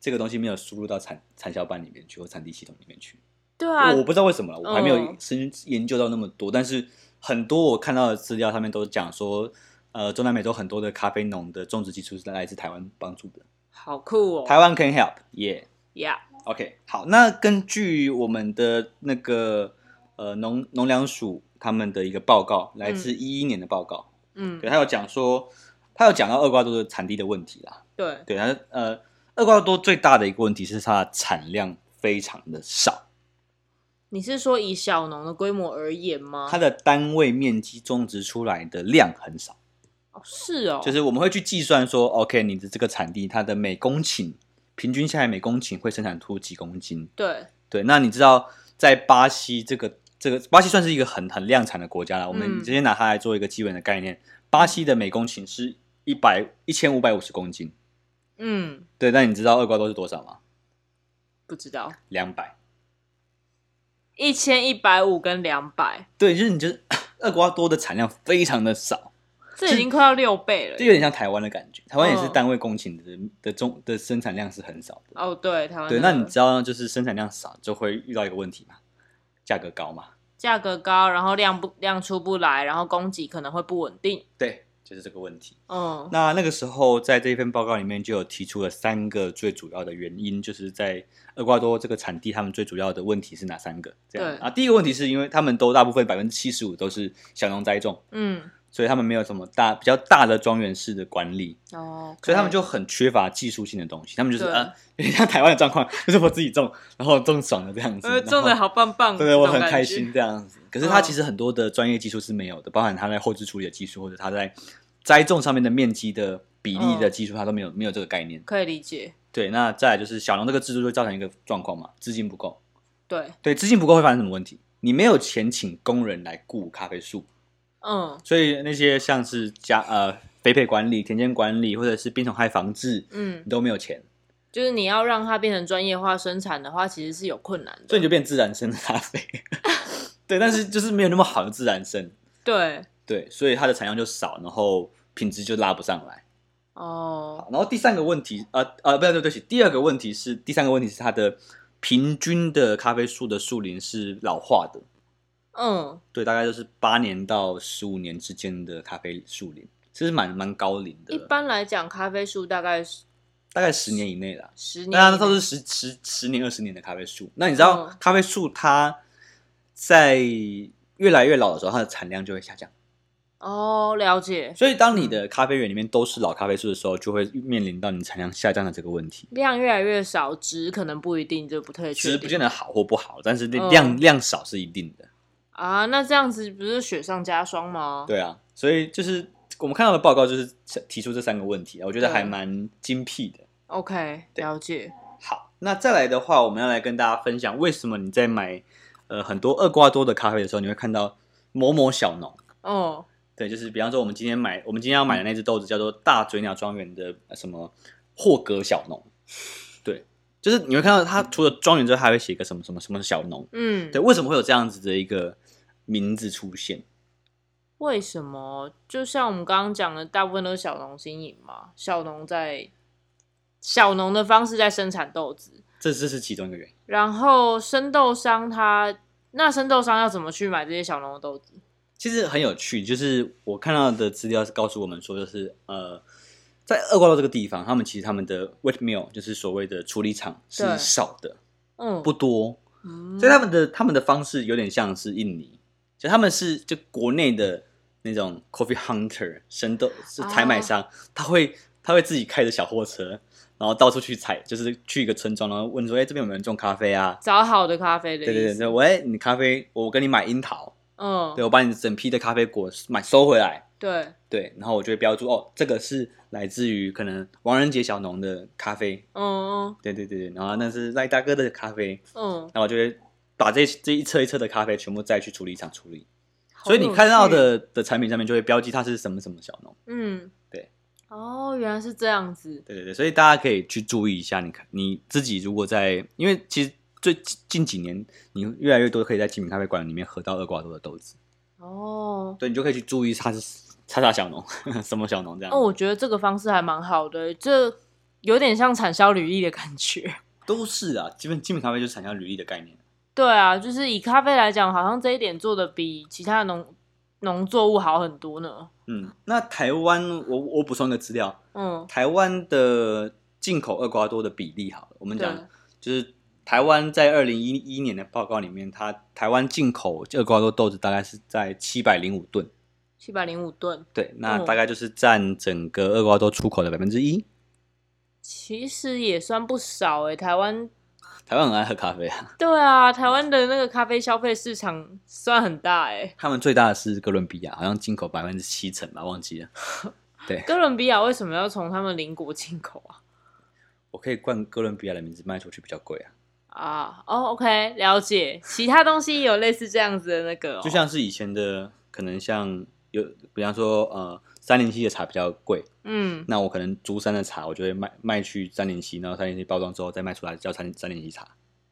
[SPEAKER 1] 这个东西没有输入到产产销班里面去或产地系统里面去。
[SPEAKER 2] 对啊
[SPEAKER 1] 我，我不知道为什么了，我还没有
[SPEAKER 2] 嗯
[SPEAKER 1] 深研究到那么多，但是很多我看到的资料上面都讲说，呃，中南美洲很多的咖啡农的种植技术是来自台湾帮助的。
[SPEAKER 2] 好酷哦。
[SPEAKER 1] 台湾 can help，耶、
[SPEAKER 2] 呀
[SPEAKER 1] OK，好，那根据我们的那个呃农农粮署他们的一个报告，来自一一年的报告，
[SPEAKER 2] 嗯，
[SPEAKER 1] 对，他有讲说，他有讲到厄瓜多的产地的问题啦，
[SPEAKER 2] 对，
[SPEAKER 1] 对，他呃，厄瓜多最大的一个问题是它的产量非常的少，
[SPEAKER 2] 你是说以小农的规模而言吗？
[SPEAKER 1] 它的单位面积种植出来的量很少，
[SPEAKER 2] 哦，是哦，
[SPEAKER 1] 就是我们会去计算说，OK，你的这个产地它的每公顷平均下来每公顷会生产出几公斤，
[SPEAKER 2] 对，
[SPEAKER 1] 对，那你知道在巴西这个这个巴西算是一个很很量产的国家了，我
[SPEAKER 2] 嗯
[SPEAKER 1] 们直接拿它来做一个基本的概念。巴西的每公顷是一百一千五百五十公斤，
[SPEAKER 2] 嗯，
[SPEAKER 1] 对，但你知道厄瓜多是多少吗？
[SPEAKER 2] 不知道，
[SPEAKER 1] 两百。
[SPEAKER 2] 一千一百五跟两百，
[SPEAKER 1] 对，就是你就是厄瓜多的产量非常的少，
[SPEAKER 2] 这已经快要六倍了
[SPEAKER 1] 这。有点像台湾的感觉。台湾也是
[SPEAKER 2] 嗯
[SPEAKER 1] 单位工勤的的中的生产量是很少的。
[SPEAKER 2] 哦，对，台湾
[SPEAKER 1] 对，
[SPEAKER 2] 的
[SPEAKER 1] 那你知道就是生产量少就会遇到一个问题嘛，价格高嘛。
[SPEAKER 2] 价格高，然后量不量出不来，然后供给可能会不稳定。
[SPEAKER 1] 对，就是这个问题。
[SPEAKER 2] 嗯，
[SPEAKER 1] 那那个时候，在这一份报告里面就有提出了三个最主要的原因，就是在厄瓜多这个产地，他们最主要的问题是哪三个？这样
[SPEAKER 2] 对
[SPEAKER 1] 啊，第一个问题是因为他们都大部分百分之七十五都是小农栽种，
[SPEAKER 2] 嗯，
[SPEAKER 1] 所以他们没有什么大比较大的庄园式的管理，
[SPEAKER 2] 哦，
[SPEAKER 1] 所以他们就很缺乏技术性的东西。他们就是
[SPEAKER 2] 对
[SPEAKER 1] 啊， 有点像台湾的状况，就是我自己种，然后种爽了这样子，
[SPEAKER 2] 呃
[SPEAKER 1] 然后
[SPEAKER 2] 种的好棒棒，
[SPEAKER 1] 对，我
[SPEAKER 2] 这种
[SPEAKER 1] 很
[SPEAKER 2] 感
[SPEAKER 1] 开
[SPEAKER 2] 觉
[SPEAKER 1] 心。这样子。可是它
[SPEAKER 2] 嗯
[SPEAKER 1] 其实很多的专业技术是没有的，包含它在后置处理的技术，或者它在栽种上面的面积的比例的
[SPEAKER 2] 嗯
[SPEAKER 1] 技术，它都没有没有这个概念。
[SPEAKER 2] 可以理解，
[SPEAKER 1] 对，那再来就是小农这个制度就会造成一个状况嘛，资金不够。
[SPEAKER 2] 对，
[SPEAKER 1] 对，资金不够会发生什么问题？你没有钱请工人来雇咖啡树，
[SPEAKER 2] 嗯
[SPEAKER 1] 所以那些像是家呃肥培管理、田间管理或者是病虫害防治，
[SPEAKER 2] 嗯
[SPEAKER 1] 你，都没有钱，
[SPEAKER 2] 就是你要让它变成专业化生产的话，其实是有困难
[SPEAKER 1] 所以
[SPEAKER 2] 的。
[SPEAKER 1] 你就变自然生的咖啡。 对，但是就是没有那么好的自然生，
[SPEAKER 2] 对，
[SPEAKER 1] 对，所以它的产量就少，然后品质就拉不上来。
[SPEAKER 2] 哦，
[SPEAKER 1] 好然后第三个问题，呃呃，不对，对不起，第二个问题是第三个问题是它的平均的咖啡树的树龄是老化的，
[SPEAKER 2] 嗯，
[SPEAKER 1] 对，大概就是八年到十五年之间的咖啡树龄，其实蛮蛮高龄
[SPEAKER 2] 一
[SPEAKER 1] 的，
[SPEAKER 2] 般来讲，咖啡树大概是
[SPEAKER 1] 大概十年以内啦。
[SPEAKER 2] 十年以内，
[SPEAKER 1] 啊那它都是十十十年二十年的咖啡树，那你知道
[SPEAKER 2] 嗯
[SPEAKER 1] 咖啡树它在越来越老的时候，它的产量就会下降。
[SPEAKER 2] 哦，了解，
[SPEAKER 1] 所以，当你的咖啡园里面都是老咖啡树的时候，就会面临到你产量下降的这个问题。
[SPEAKER 2] 量越来越少，值可能不一定，就不太确
[SPEAKER 1] 其实不
[SPEAKER 2] 定
[SPEAKER 1] 见得好或不好，但是
[SPEAKER 2] 嗯
[SPEAKER 1] 量、量少是一定的。
[SPEAKER 2] 啊。那这样子不是雪上加霜吗？
[SPEAKER 1] 对啊，所以就是我们看到的报告就是提出这三个问题，我觉得
[SPEAKER 2] 对
[SPEAKER 1] 还蛮精辟的。
[SPEAKER 2] ，OK，
[SPEAKER 1] 对
[SPEAKER 2] 了解。
[SPEAKER 1] 好，那再来的话，我们要来跟大家分享为什么你在买呃很多厄瓜多的咖啡的时候，你会看到某某小农。
[SPEAKER 2] 哦，
[SPEAKER 1] 对，就是比方说我们今天买我们今天要买的那只豆子叫做大嘴鸟庄园的呃什么霍格小农，对，就是你会看到它除了庄园之外，还会写一个什么什么什么小农。
[SPEAKER 2] 嗯，
[SPEAKER 1] 对，为什么会有这样子的一个名字出现？
[SPEAKER 2] 为什么？就像我们刚刚讲的，大部分都是小农经营嘛，小农在小农的方式在生产豆子，
[SPEAKER 1] 这这是其中一个原因。
[SPEAKER 2] 然后生豆商他那生豆商要怎么去买这些小农的豆子？
[SPEAKER 1] 其实很有趣，就是我看到的资料是告诉我们说，就是呃，在厄瓜多这个地方，他们其实他们的 wet mill 就是所谓的处理厂是
[SPEAKER 2] 对
[SPEAKER 1] 少的，
[SPEAKER 2] 嗯，
[SPEAKER 1] 不多，
[SPEAKER 2] 嗯，
[SPEAKER 1] 所以他们的他们的方式有点像是印尼，就他们是就国内的那种 coffee hunter 生豆是采
[SPEAKER 2] 哦
[SPEAKER 1] 买商，他会他会自己开着小货车，然后到处去采，就是去一个村庄，然后问说，哎、这边有没有人种咖啡啊？
[SPEAKER 2] 找好的咖啡的
[SPEAKER 1] 对对
[SPEAKER 2] 意
[SPEAKER 1] 对
[SPEAKER 2] 思，
[SPEAKER 1] 对，喂，你咖啡，我跟你买樱桃，
[SPEAKER 2] 嗯，
[SPEAKER 1] 对我把你整批的咖啡果买收回来，
[SPEAKER 2] 对，
[SPEAKER 1] 对，然后我就会标注哦，这个是来自于可能王仁杰小农的咖啡，
[SPEAKER 2] 嗯
[SPEAKER 1] 对对对对，然后那是赖大哥的咖啡，
[SPEAKER 2] 嗯，
[SPEAKER 1] 然后我就会把这这一册一册的咖啡全部再去处理厂处理，
[SPEAKER 2] 好
[SPEAKER 1] 所以你
[SPEAKER 2] 有
[SPEAKER 1] 看到
[SPEAKER 2] 趣，
[SPEAKER 1] 的的产品上面就会标记它是什么什么小农，
[SPEAKER 2] 嗯，
[SPEAKER 1] 对，
[SPEAKER 2] 哦，原来是这样子，
[SPEAKER 1] 对对对，所以大家可以去注意一下，你看你自己如果在，因为其实最近几年你越来越多可以在精品咖啡馆里面喝到厄瓜多的豆子。
[SPEAKER 2] 哦，
[SPEAKER 1] 对你就可以去注意他是叉叉小农， 什么小农这样。
[SPEAKER 2] 哦，我觉得这个方式还蛮好的，这有点像产销履历的感觉。
[SPEAKER 1] 都是啊，基本基本咖啡就是产销履历的概念。
[SPEAKER 2] 对啊，就是以咖啡来讲，好像这一点做的比其他的农农作物好很多呢。
[SPEAKER 1] 嗯，那台湾，我我补充一个资料，
[SPEAKER 2] 嗯，
[SPEAKER 1] 台湾的进口厄瓜多的比例好了，我们
[SPEAKER 2] 对，
[SPEAKER 1] 讲就是台湾在二零一一年的报告里面，它台湾进口厄瓜多豆子大概是在七百零五吨，
[SPEAKER 2] 七百零五吨。
[SPEAKER 1] 对，那
[SPEAKER 2] 嗯
[SPEAKER 1] 大概就是占整个厄瓜多出口的百分之一。
[SPEAKER 2] 其实也算不少诶、台湾
[SPEAKER 1] 台湾很爱喝咖啡啊，
[SPEAKER 2] 对啊，台湾的那个咖啡消费市场算很大欸诶、
[SPEAKER 1] 他们最大的是哥伦比亚，好像进口百分之七成吧，忘 记了。
[SPEAKER 2] 哥伦比亚为什么要从他们邻国进口啊？
[SPEAKER 1] 我可以冠哥伦比亚的名字卖出去比较贵啊，
[SPEAKER 2] 啊，哦，OK，了解。其他东西也有类似这样子的那个哦、
[SPEAKER 1] 就像是以前的，可能像有，比方说呃，三零七的茶比较贵，
[SPEAKER 2] 嗯，
[SPEAKER 1] 那我可能竹山的茶，我就会卖卖去三零七，然后三零七包装之后再卖出来叫三三零七茶。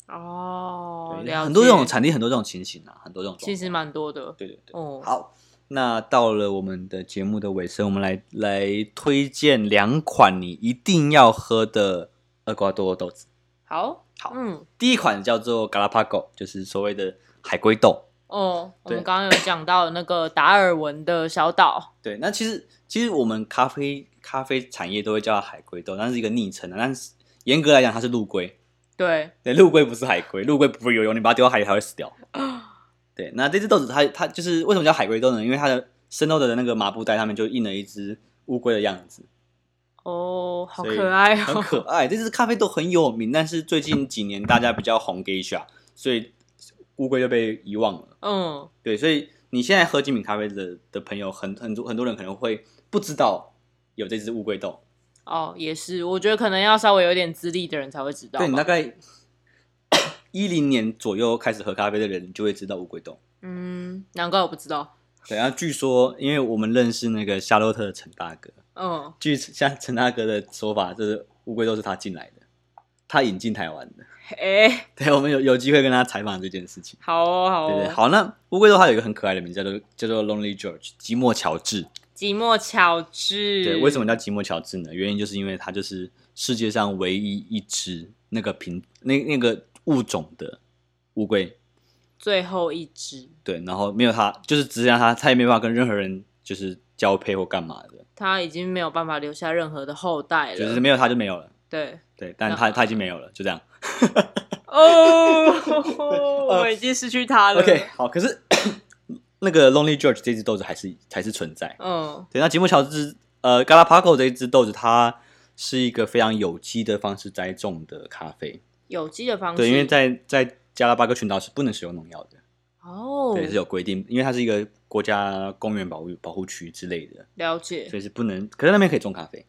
[SPEAKER 2] 哦，
[SPEAKER 1] 对
[SPEAKER 2] 了
[SPEAKER 1] 很多这种
[SPEAKER 2] 哦解
[SPEAKER 1] 产地，很多这种情形啊，很多这种状况
[SPEAKER 2] 其实蛮多的。
[SPEAKER 1] 对对对。
[SPEAKER 2] 哦，
[SPEAKER 1] 好，那到了我们的节目的尾声，我们来来推荐两款你一定要喝的厄瓜多豆子。
[SPEAKER 2] 好，
[SPEAKER 1] 好
[SPEAKER 2] 嗯，
[SPEAKER 1] 第一款叫做 Galapago，就是所谓的海龟豆。
[SPEAKER 2] 哦，我
[SPEAKER 1] 对
[SPEAKER 2] 们刚刚有讲到那个达尔文的小岛，
[SPEAKER 1] 对，那其实其实我们咖啡咖啡产业都会叫它海龟豆，那是一个昵称啊。但是严格来讲，它是陆龟。
[SPEAKER 2] 对，
[SPEAKER 1] 对，陆龟不是海龟，陆龟不会游泳，你把它丢到海里它会死 掉。对，那这只豆子它它就是为什么叫海龟豆呢？因为它的生豆的那个麻布袋上面就印了一只乌龟的样 子，
[SPEAKER 2] 哦，好
[SPEAKER 1] 所以
[SPEAKER 2] 可爱哦，
[SPEAKER 1] 很可爱。这只咖啡豆很有名，但是最近几年大家比较红 geisha，所以乌龟就被遗忘了。
[SPEAKER 2] 嗯，
[SPEAKER 1] 对，所以你现在喝精品咖啡的的朋友，很很多很多人可能会不知道有这只乌龟豆。
[SPEAKER 2] 哦，也是，我觉得可能要稍微有点资历的人才会知道吧，
[SPEAKER 1] 对你大概 一零年左右开始喝咖啡的人，就会知道乌龟豆。
[SPEAKER 2] 嗯，难怪我不知道，
[SPEAKER 1] 对，然后据说，因为我们认识那个夏洛特的陈大哥，
[SPEAKER 2] 嗯，
[SPEAKER 1] 据像陈大哥的说法，就是乌龟豆是他进来的，他引进台湾的。
[SPEAKER 2] 哎、
[SPEAKER 1] 对，我们有有机会跟他采访这件事情。
[SPEAKER 2] 好哦，好
[SPEAKER 1] 对
[SPEAKER 2] 哦，
[SPEAKER 1] 对，好，那乌龟豆它有一个很可爱的名字，叫做叫做 Lonely George，寂寞乔治。
[SPEAKER 2] 寂寞乔治，
[SPEAKER 1] 对，为什么叫寂寞乔治呢？原因就是因为它就是世界上唯一一只那个品那那个物种的乌龟，
[SPEAKER 2] 最后一只？
[SPEAKER 1] 对，然后没有它，就是只剩下它，它也没办法跟任何人就是交配或干嘛的，
[SPEAKER 2] 他已经没有办法留下任何的后代了。
[SPEAKER 1] 就是没有它就没有了，
[SPEAKER 2] 对，
[SPEAKER 1] 对，但它它已经没有了，就这样。
[SPEAKER 2] 哦，我已经失去他了。
[SPEAKER 1] 呃 OK，好，可是 那个 Lonely George 这只豆子还是还是存在，
[SPEAKER 2] 嗯，
[SPEAKER 1] 对，那吉姆乔治呃 Galapago 这一只豆子，它是一个非常有机的方式栽种的咖啡，
[SPEAKER 2] 有机的方式，
[SPEAKER 1] 对，因为在在加拉巴哥群岛是不能使用农药的。
[SPEAKER 2] 哦，
[SPEAKER 1] 对，是有规定，因为它是一个国家公园保护保护区之类的，
[SPEAKER 2] 了解
[SPEAKER 1] 所以是不能。可是那边可以种咖啡，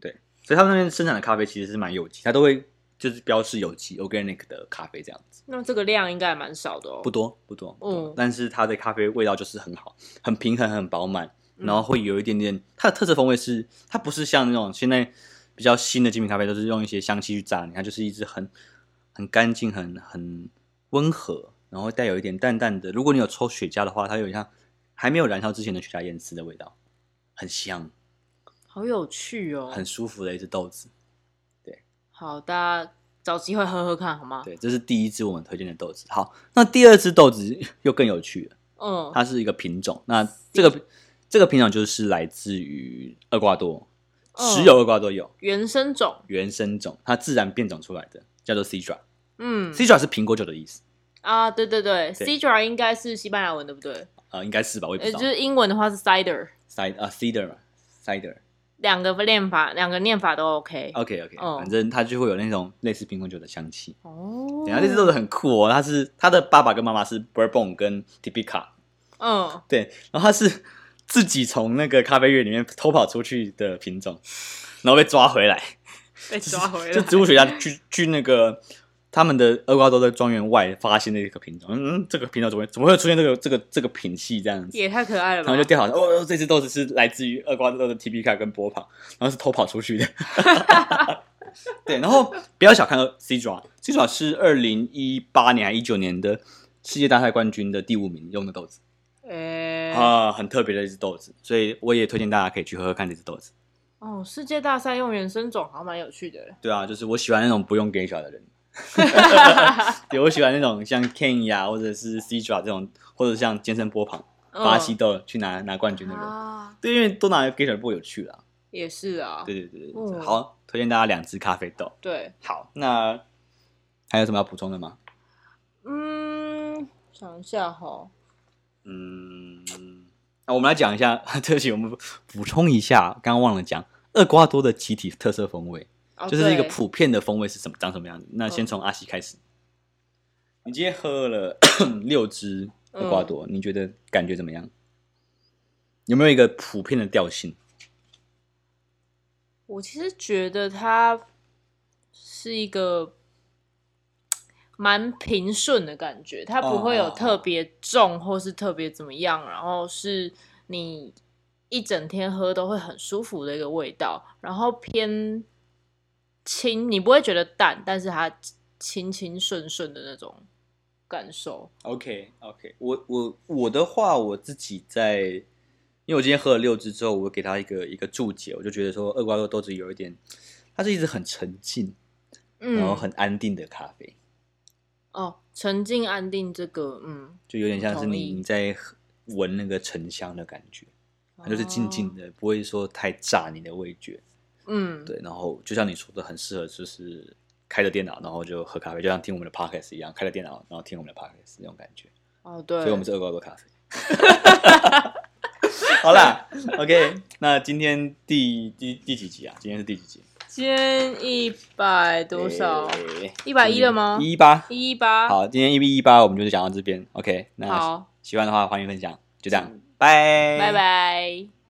[SPEAKER 1] 对，所以他们那边生产的咖啡其实是蛮有机，它都会就是标示有机 （organic） 的咖啡这样子，
[SPEAKER 2] 那这个量应该也蛮少的哦。
[SPEAKER 1] 不多不多，
[SPEAKER 2] 嗯
[SPEAKER 1] 但是它的咖啡味道就是很好，很平衡，很饱满，然后会有一点点它的特色风味是，它不是像那种现在比较新的精品咖啡都是用一些香气去炸，你看就是一支很很干净、很很温和，然后带有一点淡淡的。如果你有抽雪茄的话，它有点像还没有燃烧之前的雪茄烟丝的味道，很香，
[SPEAKER 2] 好有趣哦。
[SPEAKER 1] 很舒服的一只豆子。
[SPEAKER 2] 好，大家找机会喝喝看好吗？
[SPEAKER 1] 对，这是第一支我们推荐的豆子。好，那第二支豆子又更有趣了，
[SPEAKER 2] 嗯，
[SPEAKER 1] 它是一个品种。那这个这个品种就是来自于厄瓜多，
[SPEAKER 2] 哦
[SPEAKER 1] 只有厄瓜多有。
[SPEAKER 2] 原生种，
[SPEAKER 1] 原生种，它自然变种出来的，叫做 Cidra。
[SPEAKER 2] 嗯
[SPEAKER 1] Cidra 是苹果酒的意思，
[SPEAKER 2] 啊，对对对
[SPEAKER 1] 对
[SPEAKER 2] ，Cidra 应该是西班牙文对不对？
[SPEAKER 1] 呃，应该是吧？我也不
[SPEAKER 2] 呃，
[SPEAKER 1] 知道
[SPEAKER 2] 就。是英文的话是 cider，
[SPEAKER 1] Cid 啊，Cidra 嘛，Cidra。
[SPEAKER 2] 两个念法，两个念法都 OK。
[SPEAKER 1] OK OK，
[SPEAKER 2] 哦
[SPEAKER 1] 反正它就会有那种类似苹果酒的香气。
[SPEAKER 2] 哦，
[SPEAKER 1] 等一下这只豆子很酷哦，它是它的爸爸跟妈妈是 Bourbon 跟 Tipica，
[SPEAKER 2] 嗯，
[SPEAKER 1] 对，然后它是自己从那个咖啡园里面偷跑出去的品种，然后被抓回来。
[SPEAKER 2] 被抓回来，
[SPEAKER 1] 就植物学家去去那个他们的厄瓜多的庄园外发现那个品种，嗯，嗯这个品种怎么会怎么会出现这个这个这个品系这样子？
[SPEAKER 2] 也太可爱了
[SPEAKER 1] 然
[SPEAKER 2] 吧
[SPEAKER 1] 后就！调查，哦，哦这只豆子是来自于厄瓜多的 T P 卡跟波旁，然后是偷跑出去的。对，然后不要小看 C 爪，C 爪是二零一八年还一九年的世界大赛冠军的第五名用的豆子
[SPEAKER 2] 诶、
[SPEAKER 1] 啊，很特别的一只豆子，所以我也推荐大家可以去喝喝看这只豆子。
[SPEAKER 2] 哦，世界大赛用原生种好像蛮有趣的。
[SPEAKER 1] 对啊，就是我喜欢那种不用 gay 耍的 人。对，我喜欢那种像 Ken 呀，或者是 C 爪这种，或者像健身波旁、巴西豆去拿拿冠军的
[SPEAKER 2] 嗯
[SPEAKER 1] 人。
[SPEAKER 2] 啊，
[SPEAKER 1] 对，因为都拿 gay 耍不有趣啦。
[SPEAKER 2] 也是啊，
[SPEAKER 1] 对对对对，
[SPEAKER 2] 嗯
[SPEAKER 1] 好，推荐大家两支咖啡豆。
[SPEAKER 2] 对，
[SPEAKER 1] 好，那还有什么要补充的吗？
[SPEAKER 2] 嗯，想一下哈，
[SPEAKER 1] 嗯，那我们来讲一下， 对不起，我们补充一下，刚刚忘了讲，厄瓜多的集体特色风味。
[SPEAKER 2] 哦
[SPEAKER 1] 就是一个
[SPEAKER 2] 对
[SPEAKER 1] 普遍的风味是什么长什么样子。那先从阿西开始，你今天喝了 六支厄瓜多，你觉得感觉怎么样？有没有一个普遍的调性？
[SPEAKER 2] 我其实觉得它是一个蛮平顺的感觉，它不
[SPEAKER 1] 哦
[SPEAKER 2] 会有特别重或是特别怎么样，然后是你一整天喝都会很舒服的一个味道，然后偏清，你不会觉得淡，但是它清清顺顺的那种感受。
[SPEAKER 1] OK OK，我我我的话，我自己在因为我今天喝了六支之后，我给它一个一个注解，我就觉得说厄瓜多豆子有一点，它是一直很沉静，然后
[SPEAKER 2] 嗯，
[SPEAKER 1] 很安定的咖啡，
[SPEAKER 2] 哦，沉静安定这个，嗯，
[SPEAKER 1] 就有点像是
[SPEAKER 2] 同
[SPEAKER 1] 你
[SPEAKER 2] 意
[SPEAKER 1] 你在喝闻那个沉香的感觉，它就是静静
[SPEAKER 2] 哦，
[SPEAKER 1] 的，不会说太炸你的味觉。
[SPEAKER 2] 嗯，
[SPEAKER 1] 对，然后就像你说的，很适合就是开着电脑，然后就喝咖啡，就像听我们的 podcast 一样，开着电脑然后听我们的 podcast 那种感觉。
[SPEAKER 2] 哦，对，
[SPEAKER 1] 所以我们是二高多咖啡。 好啦，OK，那今天第第第几集啊？今天是第几集？
[SPEAKER 2] 今天一百多少？110了吗
[SPEAKER 1] 呃哎一八。
[SPEAKER 2] 一八，
[SPEAKER 1] 好，今天一比一八，我们就是讲到这边。OK，那
[SPEAKER 2] 好，嗯
[SPEAKER 1] 喜欢的话欢迎分享，就这样，拜
[SPEAKER 2] 拜拜。